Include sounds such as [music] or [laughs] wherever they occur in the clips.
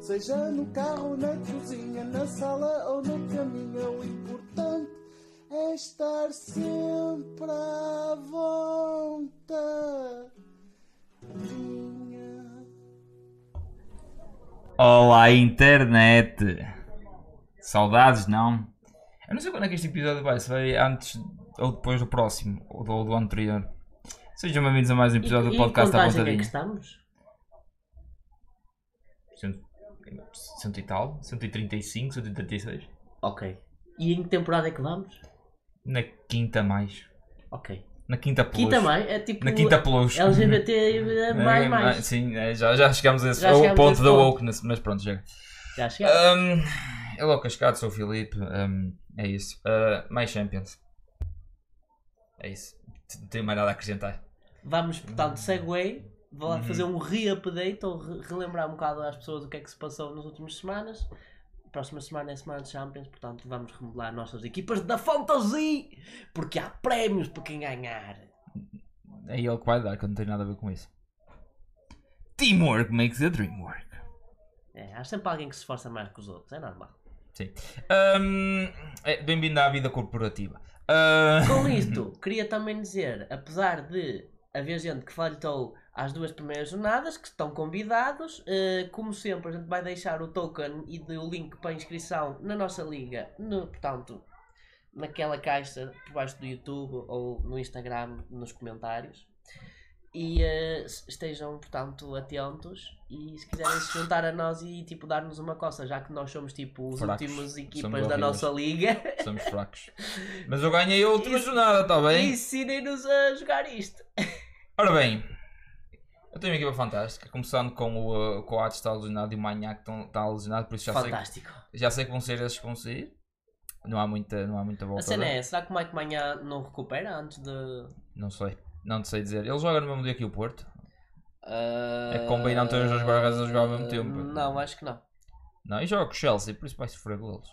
Seja no carro, na cozinha, na sala ou no caminho, o importante é estar sempre à vontade. Olá, internet! Saudades, não? Eu não sei quando é que este episódio vai, se vai antes ou depois do próximo, ou do, ou do anterior. Sejam bem-vindos a mais um episódio do podcast e à contagem é voltadinha. que estamos? é Cento- Cento e tal? 135, 136? Ok. E em que temporada é que vamos? Na quinta mais. Ok. Na quinta plus. Quinta mais é tipo Na quinta plus. [laughs] LGBT É, mais mais. Sim, é, já, já chegámos a esse Já ao chegámos a ponto esse da ponto. wokeness, mas pronto, chega. Já chegaste? Um, eu logo cascado, sou o Filipe. um, é isso. Uh, mais Champions. É isso. T- Não tenho mais nada a acrescentar. Vamos, portanto, segue. Vou lá Uhum. fazer um re-update ou re- relembrar um bocado às pessoas o que é que se passou nas últimas semanas. Próxima semana é semana de Champions, portanto, vamos remodelar nossas equipas da Fantasy! Porque há prémios para quem ganhar. É ele que vai dar, que eu não tenho nada a ver com isso. Teamwork makes the dream work. É, há sempre alguém que se esforça mais que os outros, é normal. Um, é, Bem-vindo à vida corporativa. Uh, [laughs] Com isto, queria também dizer, apesar de haver gente que faltou às duas primeiras jornadas, que estão convidados, eh, como sempre, a gente vai deixar o token e de- o link para inscrição na nossa liga, no, portanto, naquela caixa por baixo do YouTube ou no Instagram, nos comentários. E eh, s- estejam, portanto, atentos e se quiserem se juntar a nós e tipo dar-nos uma coça, já que nós somos tipo os Fracos. últimos Somos equipas da horríveis. nossa liga. somos fracos. Mas eu ganhei a última jornada, está bem? Ensinem-nos a jogar isto. Ora bem, eu tenho uma equipa fantástica. Começando com o, uh, o Coates está alucinado e o Manhac está alucinado, por isso já sei que Fantástico. Já sei que vão ser esses que vão sair. Não há muita, não há muita A volta. a cena dar. é, será que o Mike Manhã não recupera antes de. Não sei. Não te sei dizer. Ele joga no mesmo dia que o Porto. É que combinam todas as barras a jogar ao mesmo tempo. Não, acho que não. Não, e joga com o Chelsea, por isso vai sofrer golos.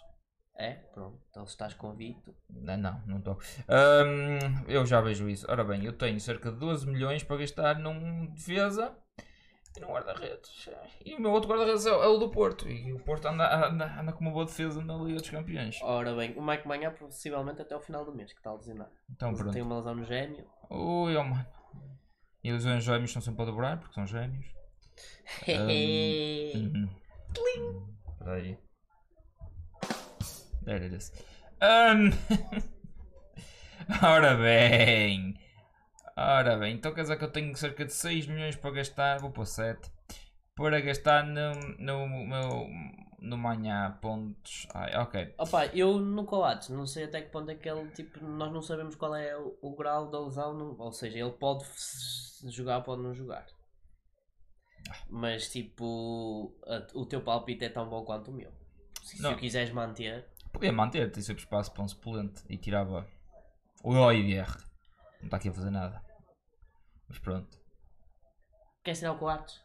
É, pronto. Então se estás convicto. Não, não, não toco. Ahm, eu já vejo isso. Ora bem, eu tenho cerca de 12 milhões para gastar num defesa e num guarda-redes. E o meu outro guarda-redes é o é o do Porto. E o Porto anda, anda, anda com uma boa defesa na Liga dos Campeões. Ora bem, o Mike Manhã possivelmente até o final do mês, que está lesionado. Então pronto. Tem uma lesão no gêmeo. Ui, oh mano. E os gêmeos são sempre a dobrar, porque são gêmeos. [laughs] Uhum. Peraí. There it is. Ahn. [laughs] Ora bem. Ora bem, então quer dizer que eu tenho cerca de 6 milhões para gastar, vou pôr 7, para gastar no, no meu. no manhã pontos. Ai, ok. Opa, eu no Coates não sei até que ponto é que ele, tipo, nós não sabemos qual é o, o grau da lesão, não- ou seja, ele pode f- jogar, pode não jogar. Mas, tipo, a- o teu palpite é tão bom quanto o meu. Se, se Não. o quiseres manter, Podia manter, tem sempre espaço para um suplente e tirava o OIDR. Não está aqui a fazer nada. Mas pronto. queres tirar o Coates?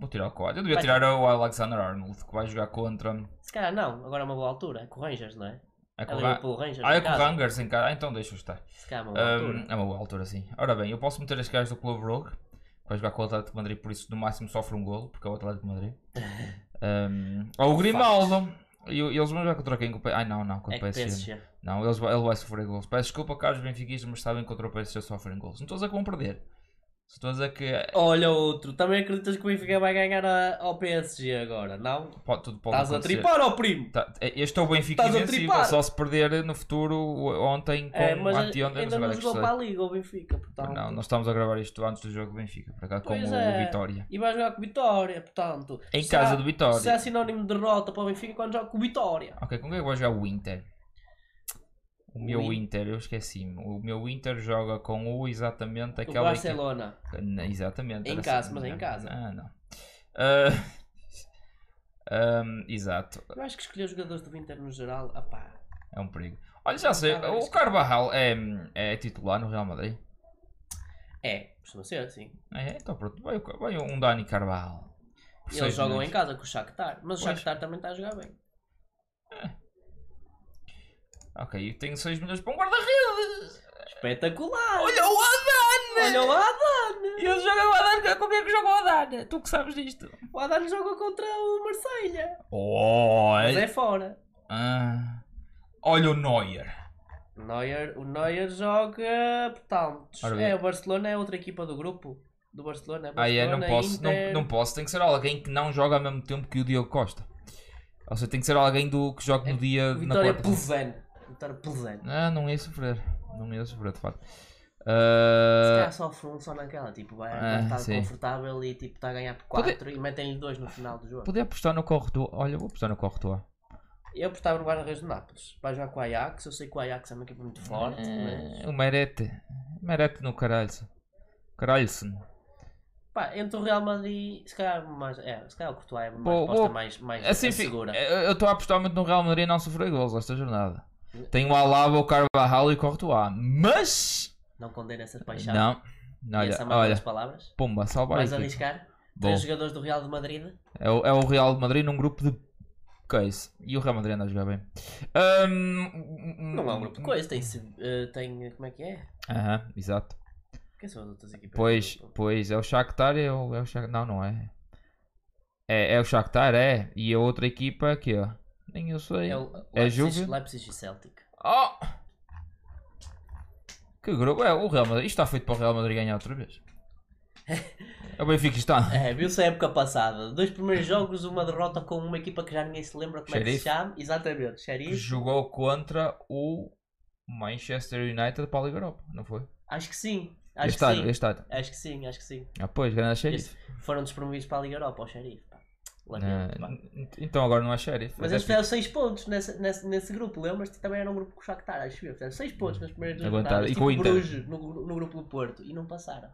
Vou tirar o quadro. Eu devia Vai. tirar o Alexander Arnold, que vai jogar contra. Se calhar não, agora é uma boa altura, é com o Rangers, não é? É É com o Ra- Liverpool Rangers, Ah, é em com o casa. Rangers em casa. Ah, então deixa eu estar. Se calhar é uma boa Ahm, altura. é uma boa altura, sim. Ora bem, eu posso meter as caras do Clube Rogue, que vai jogar com o Atlético de Madrid, por isso no máximo sofre um golo, porque é o Atlético de [laughs] Madrid. Ahm, É um ou o Grimaldo. E, o- e eles vão jogar contra quem? Com o P- Ai não, não, contra É o que PSG. PSG. Não, eles, vai- ele vai sofrer golos. Peço desculpa, caros benfiquistas, mas sabem que contra o PSG sofrem golos. Não estou a dizer que vão perder. Só Estou a dizer que Olha outro, também acreditas que o Benfica vai ganhar a- ao PSG agora, não? pode, tudo pode Estás a acontecer. tripar, ó primo! Tá, é- este é o Benfica Estás a invencível, tripar. só se perder no futuro, o- ontem, com É, mas anteontem, ainda sei não qual é que jogou sei. para a Liga o Benfica, portanto. Não, nós estamos a gravar isto antes do jogo do Benfica, para cá, com Pois o é. Vitória. E vai jogar com o Vitória, portanto. Em se casa há- do Vitória. Se é sinónimo de derrota para o Benfica quando joga com o Vitória. Ok, com quem é que vai jogar o Inter? O meu O In- Inter, eu esqueci-me. O meu Inter joga com É o exatamente O aquela equipe- Barcelona. Não, Exatamente. Em era casa, assim, mas em não. casa. Ah, não. Ah, [laughs] hum, exato, Eu acho que escolher jogadores do Inter no geral, apá. é um perigo. Olha, já sei, bocado o arriscado. Carvajal é, é titular no Real Madrid? É, costuma ser, sim. É, então pronto, vai, o- vai um Dani Carvajal. Por E seis eles jogam milhões. em casa com o Shakhtar, mas o Pois. Shakhtar também está a jogar bem. Ok, eu tenho 6 milhões para um guarda-redes. Espetacular! Olha o Adam! Olha o Adane! Adana. E eles jogam o Adana. Com quem é que jogam o Adana? Tu que sabes disto. O Adana joga contra o Marselha. Oh, Mas é fora. Ah. Olha o Neuer. Neuer, o Neuer joga, portanto, Ora bem. é o Barcelona, é outra equipa do grupo. Do Barcelona. Ah, é, não Barcelona, posso, não, Inter. não posso. Tem que ser alguém que não joga ao mesmo tempo que o Diogo Costa. Ou seja, tem que ser alguém do, que joga no dia na Vitória quarta. Plezano. Vitória Plezano. Ah, não ia sofrer. Não ia sofrer, de facto. Se Ah, calhar sofre um só naquela, tipo, vai Ah, estar sim. confortável e tipo, está a ganhar por Pode- 4 e metem-lhe 2 no final do jogo. podia apostar no corredor. Olha, vou apostar no corredor. Eu apostava no Guarda-Redes do Nápoles. Vai jogar com o Ajax, eu sei que o Ajax é uma equipa muito forte, mas... Ah, o Merete. Merete no caralho. Caralho-se. Pá, entre o Real Madrid, se calhar, mais, é, se calhar o Courtois é uma Boa, aposta boa. mais, mais Assim, fi- É segura. eu eu estou a apostar muito no Real Madrid não sofrer gols esta jornada. Hum. Tem o Alaba, o Carvajal e o Courtois. Mas... Não condena essa paixão. Não. e Olha, essa é má das olha. palavras. Pumba, salvar Vais aqui. arriscar? Bom, Três jogadores do Real de Madrid. é, o, é o Real de Madrid num grupo de coisa. E o Real Madrid anda a jogar bem. Hum, Ahm, Não é um grupo de coisa, tem, se- eh, tem eh, como é que é? Aham, exato. Quem são as outras equipas? Pois, pois, é o Shakhtar e é o, é o Shak- Não, não é. é. É o Shakhtar, é. E a outra equipa aqui, ó. Nem eu sei. É, o É Leipzig, Juve? Leipzig e Celtic. Oh! Que grupo. É, o Real Madrid. Isto está feito para o Real Madrid ganhar outra vez. É o Benfica está. É, viu-se a época passada. Dois primeiros jogos, uma derrota com uma equipa que já ninguém se lembra como é que Xerife. se chama. Exatamente, Xerife. Jogou contra o Manchester United para a Liga Europa, não foi? Acho que sim. Acho Este ano, que sim. este ano. Acho que sim, acho que sim. Ah, pois, grande xerife. Foram despromovidos para a Liga Europa, ao Xerife. pá. Ah, Lamento, pá. n- então agora não é xerife. Mas eles fizeram 6 pontos nesse, nesse, nesse grupo, lembras-te? Também era um grupo com o Shakhtar, acho eu. Fizeram 6 pontos nas primeiras duas Aguentado. rodadas, Hum. E com o tipo Inter. Bruges, no, no grupo do Porto, e não passaram.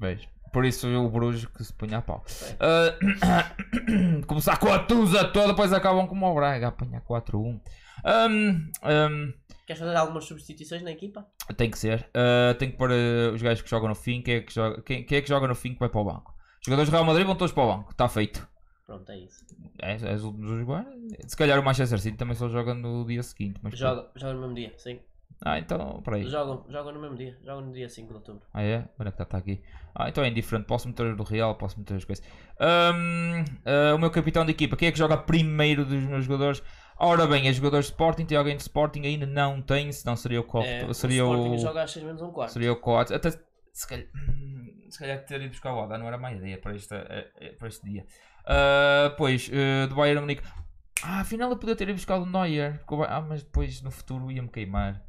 Beijo. Por isso o Bruges que se punha a pau. Ah, [coughs] começar com a Tusa toda, depois acabam com o Braga. Apanhar 4-1. Ahm, ahm, Queres fazer algumas substituições na equipa? Tem que ser. Ah, tem que pôr ah, os gajos que jogam no fim. Quem é que joga, quem, quem é que joga no fim que vai para o banco? Os jogadores do Real Madrid vão todos para o banco. Está feito. Pronto, é isso. É, é os últimos a jogar. Se calhar o Manchester City também só joga no dia seguinte. Mas Jogam, jogam no mesmo dia, sim. Ah, então, peraí. Jogam, jogam no mesmo dia, jogam no dia 5 de outubro. Ah, é? Onde é que está? Está aqui. Ah, então é indiferente. Posso meter os do Real, posso meter as coisas. Ahm, ah, o meu capitão de equipa. Quem é que joga primeiro dos meus jogadores? Ora bem, é jogador de Sporting. Tem alguém de Sporting? Ainda não tem. Senão seria o Corto. É, seria o o. Sporting joga às 6 menos um quarto. Seria o Coates. Até se calhar, hum, se calhar ter ido buscar o Oda não era má ideia para, esta, eh, eh, para este dia. Ah, pois, eh, do Bayern Munique. Ah, afinal eu podia ter ido buscar o Neuer. porque o Ba- Ah, mas depois no futuro ia-me queimar.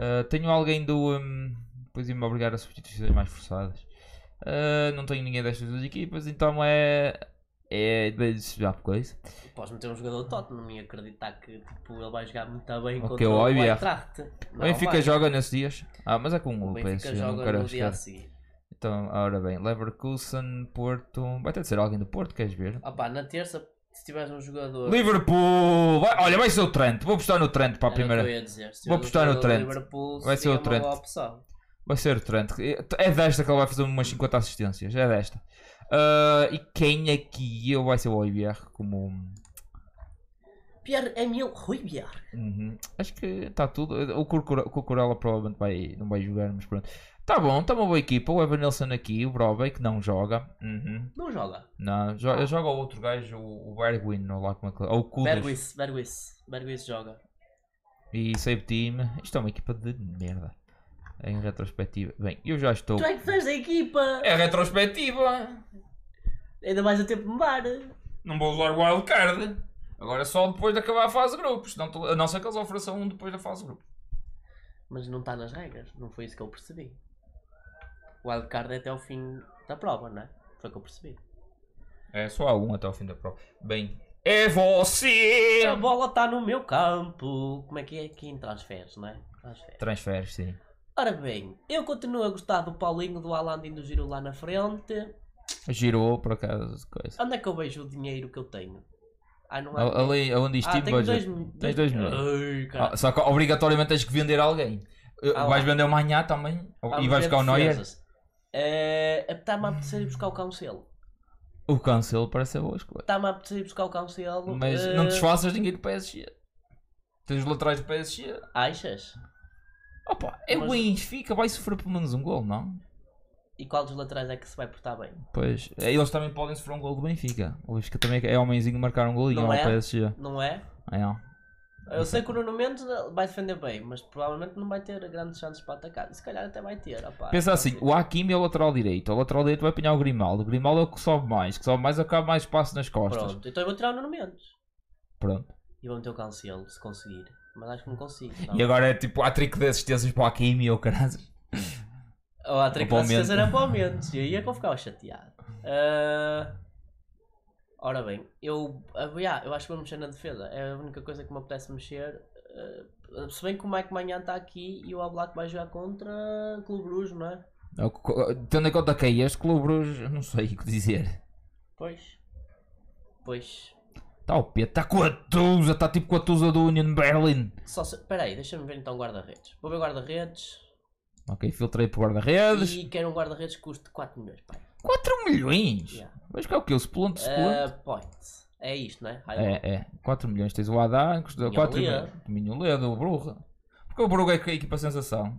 Ah, tenho alguém do. hum, depois ia-me obrigar a substituições mais forçadas. Ah, não tenho ninguém destas duas equipas, então é. É. Deixa eu coisa. Podes meter um jogador do Tottenham e acreditar que tipo, ele vai jogar muito bem Ok, contra o o IBF. Eintracht. O Não Benfica vai. joga nesses dias. Ah, mas é com o, O Benfica PSG, não joga quero no dia a arriscar. seguir. Então, ora bem, Leverkusen, Porto. Vai ter de ser alguém do Porto, queres ver? Ah pá, na terça, se tiveres um jogador... Liverpool! Vai- olha, vai ser o Trent. Vou apostar no Trent para a Era o que eu primeira. ia dizer. Se Vou tiveres um apostar no jogador do Trent. Liverpool, Vai ser seria o Trent. Uma boa opção. Vai ser o Trent. É desta que ele vai fazer umas 50 assistências. É desta. Ah, e quem aqui eu vai ser o OIBR como. um, Pierre-Emile Ruibiar. Uhum. Acho que está tudo. O Curcura- o Cucurella provavelmente vai, não vai jogar, mas pronto. Tá bom, está uma boa equipa. O Evanilson aqui, o Broadway que não joga. Uhum. Não joga. Não, jo eu jogo ao outro gajo, o o Bergwijn, ou lá como é que. Ou o Kudus. Bergwis, Bergwis. Bergwis joga. E Save Team, isto é uma equipa de merda. Em retrospectiva. Bem, eu já estou. Tu é que fez da equipa. É retrospectiva! Ainda mais a tempo de mudar. Não vou usar o wildcard. Agora é só depois de acabar a fase de grupos. Não tô- A não ser que eles ofereçam um depois da fase de grupos. Mas não está nas regras. Não foi isso que eu percebi. O wildcard é até o fim da prova, não é? Foi o que eu percebi. É só há um até ao fim da prova. Bem, é você! A bola está no meu campo. Como é que é aqui em transferes, não é? Transferes. Transferes, sim. Ora bem, eu continuo a gostar do Paulinho, do Alan e do Giro lá na frente. Girou por acaso. Coisa. Onde é que eu vejo o dinheiro que eu tenho? Ah, não há. Ali, onde diz Ah, Team tenho dois, Budget. mil- Tens dois milhões. Ai, Ah, cara. só que obrigatoriamente tens que vender alguém. Uh, Ah, vais lá. vender o Manhã também? Há e vais buscar o Neuer? defesas. Eh, Está-me a apetecer ir buscar o Cancelo. O Cancelo parece ser boa escolha. Está-me a apetecer ir buscar o Cancelo. Mas eh, não desfaças ninguém do PSG. Tens os laterais do PSG. Achas? Opa, é Mas- o Benfica, vai sofrer pelo menos um gol, não? e qual dos laterais é que se vai portar bem. Pois. Eh, Eles também podem sofrer um gol do Benfica. O Benfica também é homenzinho de marcar um golinho Não ao é? PSG. Não é? É, ó. Eu sei que o Nuno Mendes vai defender bem, mas provavelmente não vai ter grandes chances para atacar. E se calhar até vai ter, opá. Pensa assim, o Hakimi é o lateral direito. O lateral direito vai apanhar o Grimaldo. O Grimaldo é o que sobe mais. Que sobe mais acaba mais espaço nas costas. Pronto, então eu vou tirar o Nuno Mendes. Pronto. E vou meter o Cancelo, se conseguir. Mas acho que não consigo. E agora é tipo, há trick de assistências para o Hakimi ou caralho. Ou a trick Ou para o de Mendes. era para o Mendes. E aí é que eu ficava chateado. Ah, Ora bem, eu, ah, yeah, eu acho que vou mexer na defesa. É a única coisa que me apetece mexer. Ah, se bem que o Mike Manhã está aqui e o Oblak vai jogar contra o Clube Brujo, não é? Eu co- Tendo em conta que é este clube, Bruges, eu não sei o que dizer. Pois. Pois. Está Tá o Pedro, está com a Tusa, está tipo com a Tusa do Union Berlin. Só se... Peraí, deixa-me ver então guarda-redes. Vou ver guarda-redes. Ok, filtrei para o guarda-redes. E quero um guarda-redes que custe 4 milhões. Pá. 4 milhões? Yeah. Mas que é o que? O Splunk? Splunk? Ah, point. É isto, não é? High ball. É, é. 4 milhões. Tens o Haddad, custa Minha 4 Lea. milhões. Minho Lê, do Brugge. Porque o Brugge é que- a equipa sensação.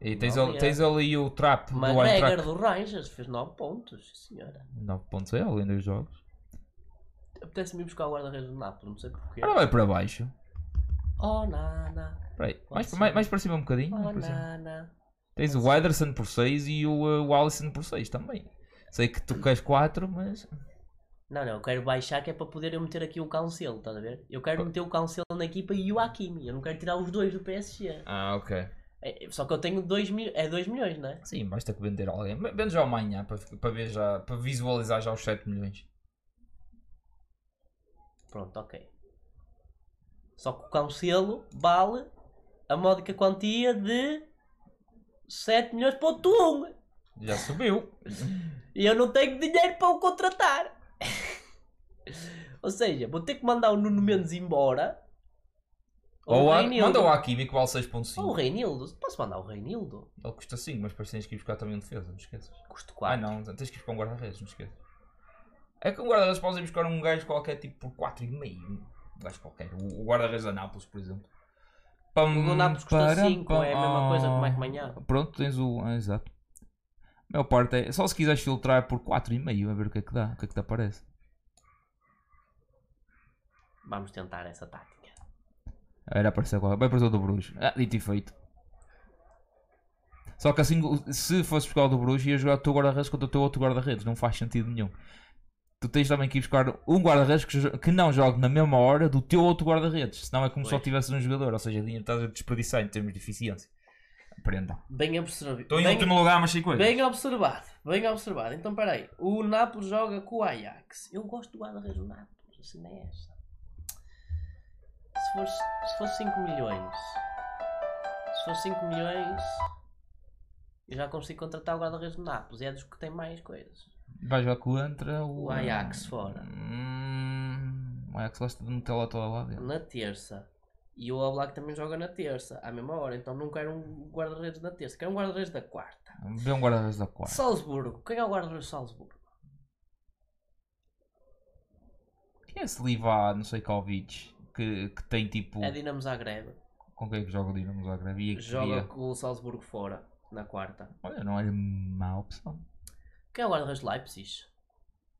E tens, Minha ali- Lea. tens ali o Trap do McGregor Eintracht. do Rangers fez 9 pontos, sim, senhora. 9.0 além dos é, jogos. Apetece-me ir buscar o guarda-redes do Napoli, não sei porquê. Agora vai para baixo. Oh, nana, Espera aí. Mais, ser. mais, mais para cima um bocadinho. oh, mais para cima. nana. Tens o Ederson por 6 e o, uh, o Alisson por 6 também. Sei que tu queres 4, mas. Não, não, eu quero baixar que é para poder eu meter aqui o Cancelo, estás a ver? Eu quero meter o Cancelo na equipa e o Hakimi, eu não quero tirar os dois do PSG. Ah, ok. É, só que eu tenho 2 mil... é 2 milhões, não é? Sim, basta que vender alguém. Mas Vende já amanhã para, fi- para, ver já, para visualizar já os 7 milhões. Pronto, ok. Só que o Cancelo vale a módica quantia de 7 milhões ponto 1 Já subiu. e eu não tenho dinheiro para o contratar. [laughs] Ou seja, vou ter que mandar o Nuno Mendes embora. Ou a, Reinildo. manda o Hakimi que vale Ou o 6.5. Reinildo. Posso mandar o Reinildo? Ele custa 5, mas depois tens que ir buscar também um defesa, não esqueças. Custo Ah 4. não, tens que ir buscar um guarda-redes, não esqueças. É que um guarda-redes podes ir buscar um gajo qualquer tipo por 4,5. Um gajo qualquer. O, o guarda-redes da Nápoles, por exemplo. Pam, O do Nápoles custou para, cinco, é a pam, mesma coisa que o ah. Mike Maignan. Pronto, tens o... ah, exato. A maior parte é... Só se quiseres filtrar por 4,5 a ver o que é que dá, o que é que te aparece. Vamos tentar essa tática. Era aparecer qualquer. Vai aparecer o do Bruges. Ah, dito e feito. Só que assim, se fosse buscar o do Bruges, ia jogar o teu guarda-redes contra o teu outro guarda-redes. Não faz sentido nenhum. Tu tens também que ir buscar um guarda-redes que, jo- que não jogue na mesma hora do teu outro guarda-redes. Senão é como se só Pois. tivesse um jogador. Ou seja, dinheiro estás a desperdiçar em termos de eficiência. Aprendam. Bem observado. Estou Então, em Bem- último lugar, mas sei coisas. Bem observado, bem observado. Então, peraí. O Nápoles joga com o Ajax. Eu gosto do guarda-redes do Nápoles, assim não é essa. Se fosse, se fosse 5 milhões... Se fosse 5 milhões... Eu já consigo contratar o guarda-redes do Nápoles. E é dos que tem mais coisas. Vai jogar contra o. O Ajax fora. Hum, o Ajax gosta de meter lá toda lá dentro. Na terça. E o Oblak também joga na terça, à mesma hora. Então não quero um guarda-redes da terça, quero um guarda-redes da quarta. Vê um guarda-redes da quarta. Salzburgo. Quem é o guarda-redes de Salzburgo? Quem é esse Liva, não sei, Kovic, que, que tem tipo. É Dinamo Zagreb. Com quem é que joga o Dinamo Zagreb? E que Joga cria- com o Salzburgo fora, na quarta. Olha, não era má opção. Quem é o guarda-redes de Leipzig?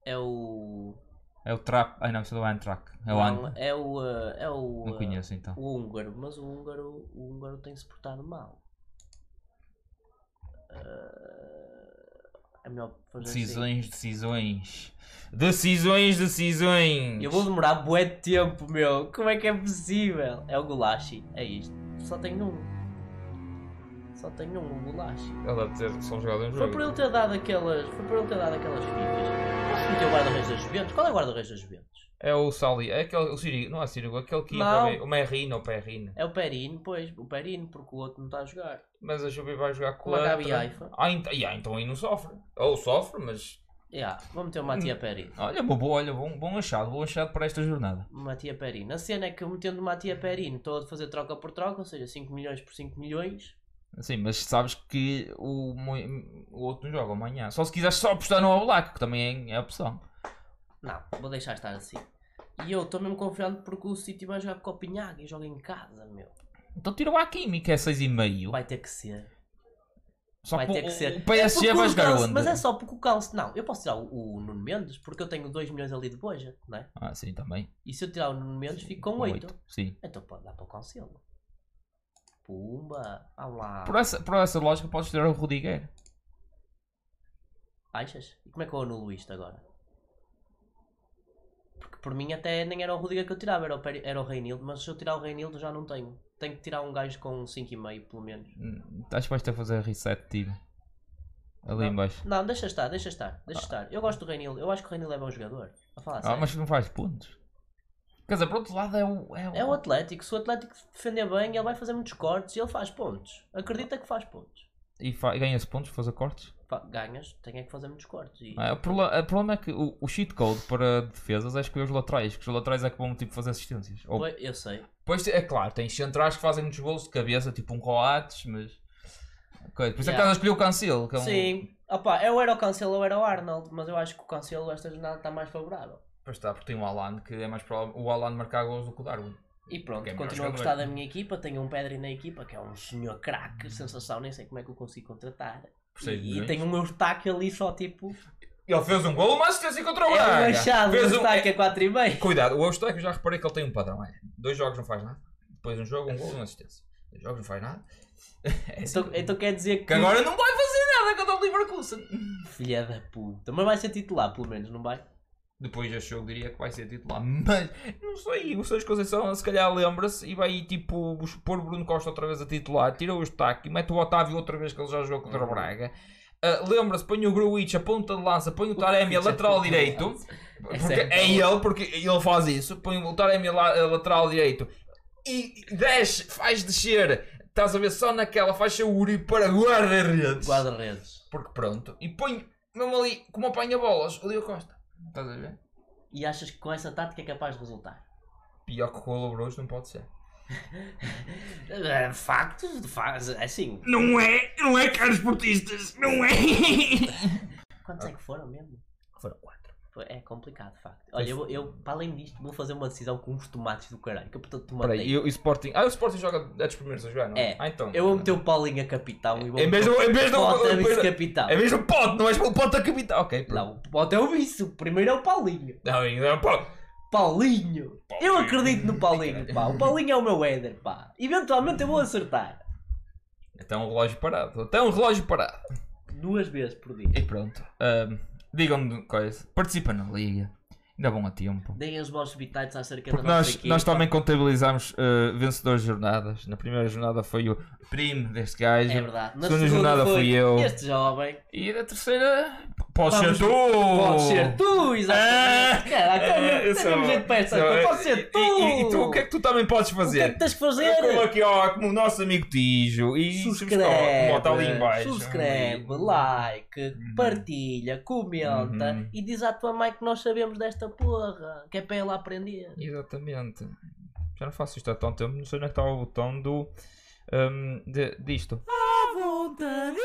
É o. É o Trap. Ai não, isso é do Eintrack. É o não, Ant. é o. eh, É o. Não eh, conheço então. o húngaro, mas o húngaro, o húngaro tem-se portado mal. Eh, é melhor fazer assim. Decisões, decisões. Decisões, decisões. Eu vou demorar bué de tempo, meu. Como é que é possível? É o Gulashi, é isto. Só tem um. Só tem um, o Gulashi. Ele deve ter só jogado um Foi por ele ter dado aquelas. Foi por ele ter dado aquelas ficas. Posso meter o guarda-redes da Juventus? Qual é o guarda-redes da Juventus? É o Sali. É aquele. O Sirigo. Não é Sirigo. Aquele que ia Não. para ver. O Merrino ou Perrino. É o Perino, pois, o Perino, porque o outro não está a jogar. Mas a Juve vai jogar Com com o Maccabi a. Haifa. Ah, então, ah, então aí não sofre. Ou sofre, mas. Yeah, vou meter o Matia Perino. Olha, bom, bom, olha, bom, bom achado, bom achado para esta jornada. Matia Perino. A cena é que eu metendo o Matia Perino estou a fazer troca por troca, ou seja, 5 milhões por 5 milhões. Sim, mas sabes que o, mo- o outro não joga amanhã. Só se quiseres só apostar no Oblak, que também é a opção. Não, vou deixar estar assim. E eu estou mesmo confiante porque o City vai jogar com o Copenhague e joga em casa, meu. Então tira o Hakimi, que é 6,5. Vai ter que ser. Só vai que ter o- que ser. O PSG É vai porque o jogar Cance- onde? Mas é só porque o Calce. Não, eu posso tirar o, o Nuno Mendes porque eu tenho 2 milhões ali de boja, não é? Ah, sim, também. E se eu tirar o Nuno Mendes, fico com 8. oito, Sim. Então pode dar para o Cancelo. Pumba! Ah lá! Por essa, por essa lógica, podes tirar o Rudiger. Achas? E como é que eu anulo isto agora? Porque por mim até nem era o Rudiger que eu tirava, era o, Peri- era o Reinildo, mas se eu tirar o Reinildo já não tenho. Tenho que tirar um gajo com 5,5 pelo menos. Hum, Acho que vais ter a fazer reset de time. Ali Não. embaixo. Não, deixa estar, deixa estar, deixa estar. Eu gosto do Reinildo, eu acho que o Reinildo é bom jogador. A falar Ah, sério. mas não faz pontos. Quer dizer, por outro lado é o. É o... É o Atlético, se o Atlético defender bem, ele vai fazer muitos cortes e ele faz pontos. Acredita que faz pontos. E fa- ganha-se pontos, faz cortes. Fa- Ganhas, tem é que fazer muitos cortes. E... Ah, o, prola- o problema é que o, o cheat code para defesas é escolher os laterais, que os laterais é que vão tipo, fazer assistências. Ou- Pois, Eu sei. Pois é claro, tens centrais que fazem muitos golos de cabeça, tipo um Coates, mas. Coisa. Por isso é que Yeah. estás a escolher o Cancelo. Que é um... Sim, opá, eu era o Cancelo, eu era o Arnold, mas eu acho que o Cancelo esta jornada está mais favorável. Pois está, porque tem o Haaland, que é mais provável o Haaland marcar golos do que o Darwin. E pronto, Ok, É melhor continuo a jogador. gostar da minha equipa, tenho um Pedri na equipa, que é um senhor Hum. craque, sensação, nem sei como é que eu consigo contratar. Por seis E, e milhões. tenho um Eustáquio ali só tipo, Ele fez um gol, mas assistência contra o é um Braga. achado, o fez um... Eustáquio é 4,5. Cuidado, o Eustáquio já reparei que ele tem um padrão. É. Dois jogos não faz nada, depois um jogo, um É. gol e uma assistência. Dois jogos não faz nada. [laughs] É assim Então, que- então quer dizer que, Que agora não vai fazer nada contra o Leverkusen. filha da puta, mas vai ser titular pelo menos, não vai? Depois deste jogo diria que vai ser titular, [laughs] mas não sei. O Sérgio Conceição se calhar lembra-se e vai tipo bus- pôr Bruno Costa outra vez a titular, tira o Eustáquio, mete o Otávio outra vez que ele já jogou contra o Braga. Ah, lembra-se, põe o Gruitch, a ponta de lança, põe o Taremi a Gruitch, a lateral ponta de direito. lança. Porque certo. é ele, porque ele faz isso, põe o Taremi a la- a lateral direito e desce, faz descer. Estás a ver só naquela, faz o Uri para guarda-redes. Guarda-redes. Porque pronto, e põe mesmo ali, como apanha bolas, o Leo Costa. Estás a ver? E achas que com essa tática é capaz de resultar? Pior que o Colabros não pode ser. Eh, Factos, de factos, é assim, Não é, não é, caros portistas, não é. quantos é que foram mesmo? Foram quatro. Foi- É complicado, de facto. Olha, eu, eu, para além disto, vou fazer uma decisão com uns tomates do caralho. Que eu, portanto, tomatei. Peraí, e o e o Sporting. Ah, o Sporting joga é dos primeiros a jogar, não É. Ah, então. É Eu vou meter o Paulinho a capitão e vou Em vez do. meter Em vez o do. Bota a coisa- vice-capitão. É mesmo o pote, não és o pote da capital. Ok, pronto. Não, o Bota é o vice. O primeiro é o Paulinho. Não, ainda é o pote. Paulinho! Eu Paulinho. acredito no Paulinho, pá. O Paulinho é o meu Éder, pá. Eventualmente eu vou acertar. Até um relógio parado. Até um relógio parado. Duas vezes por dia. E pronto. Ahm, Digam-me coisa. Participa na liga. Ainda vão a tempo. Deem os vossos bitites acerca Porque da nossa nós, equipa. nós também contabilizamos eh, vencedores de jornadas. Na primeira jornada foi o primo deste gajo. É verdade. Segunda jornada foi fui eu. Este jovem. E da terceira. Pode Vamos- ser tu! Pode ser tu, Ah. exatamente. [laughs] Caraca, É, tenho um só- jeito para esta só- coisa. Pode e- ser tu! E, e tu, o que é que tu também podes O que é fazer? que tens que Como é fazer? aqui, ó, como o nosso amigo Tijo. E Subscreve, Bota ali em baixo. subscreve, like, Uhum. partilha, comenta Uhum. e diz à tua mãe que nós sabemos desta porra, que é para ela aprender. Exatamente. Já não faço isto há tanto tempo, não sei onde é que está o botão do. hum, de, disto. vontade.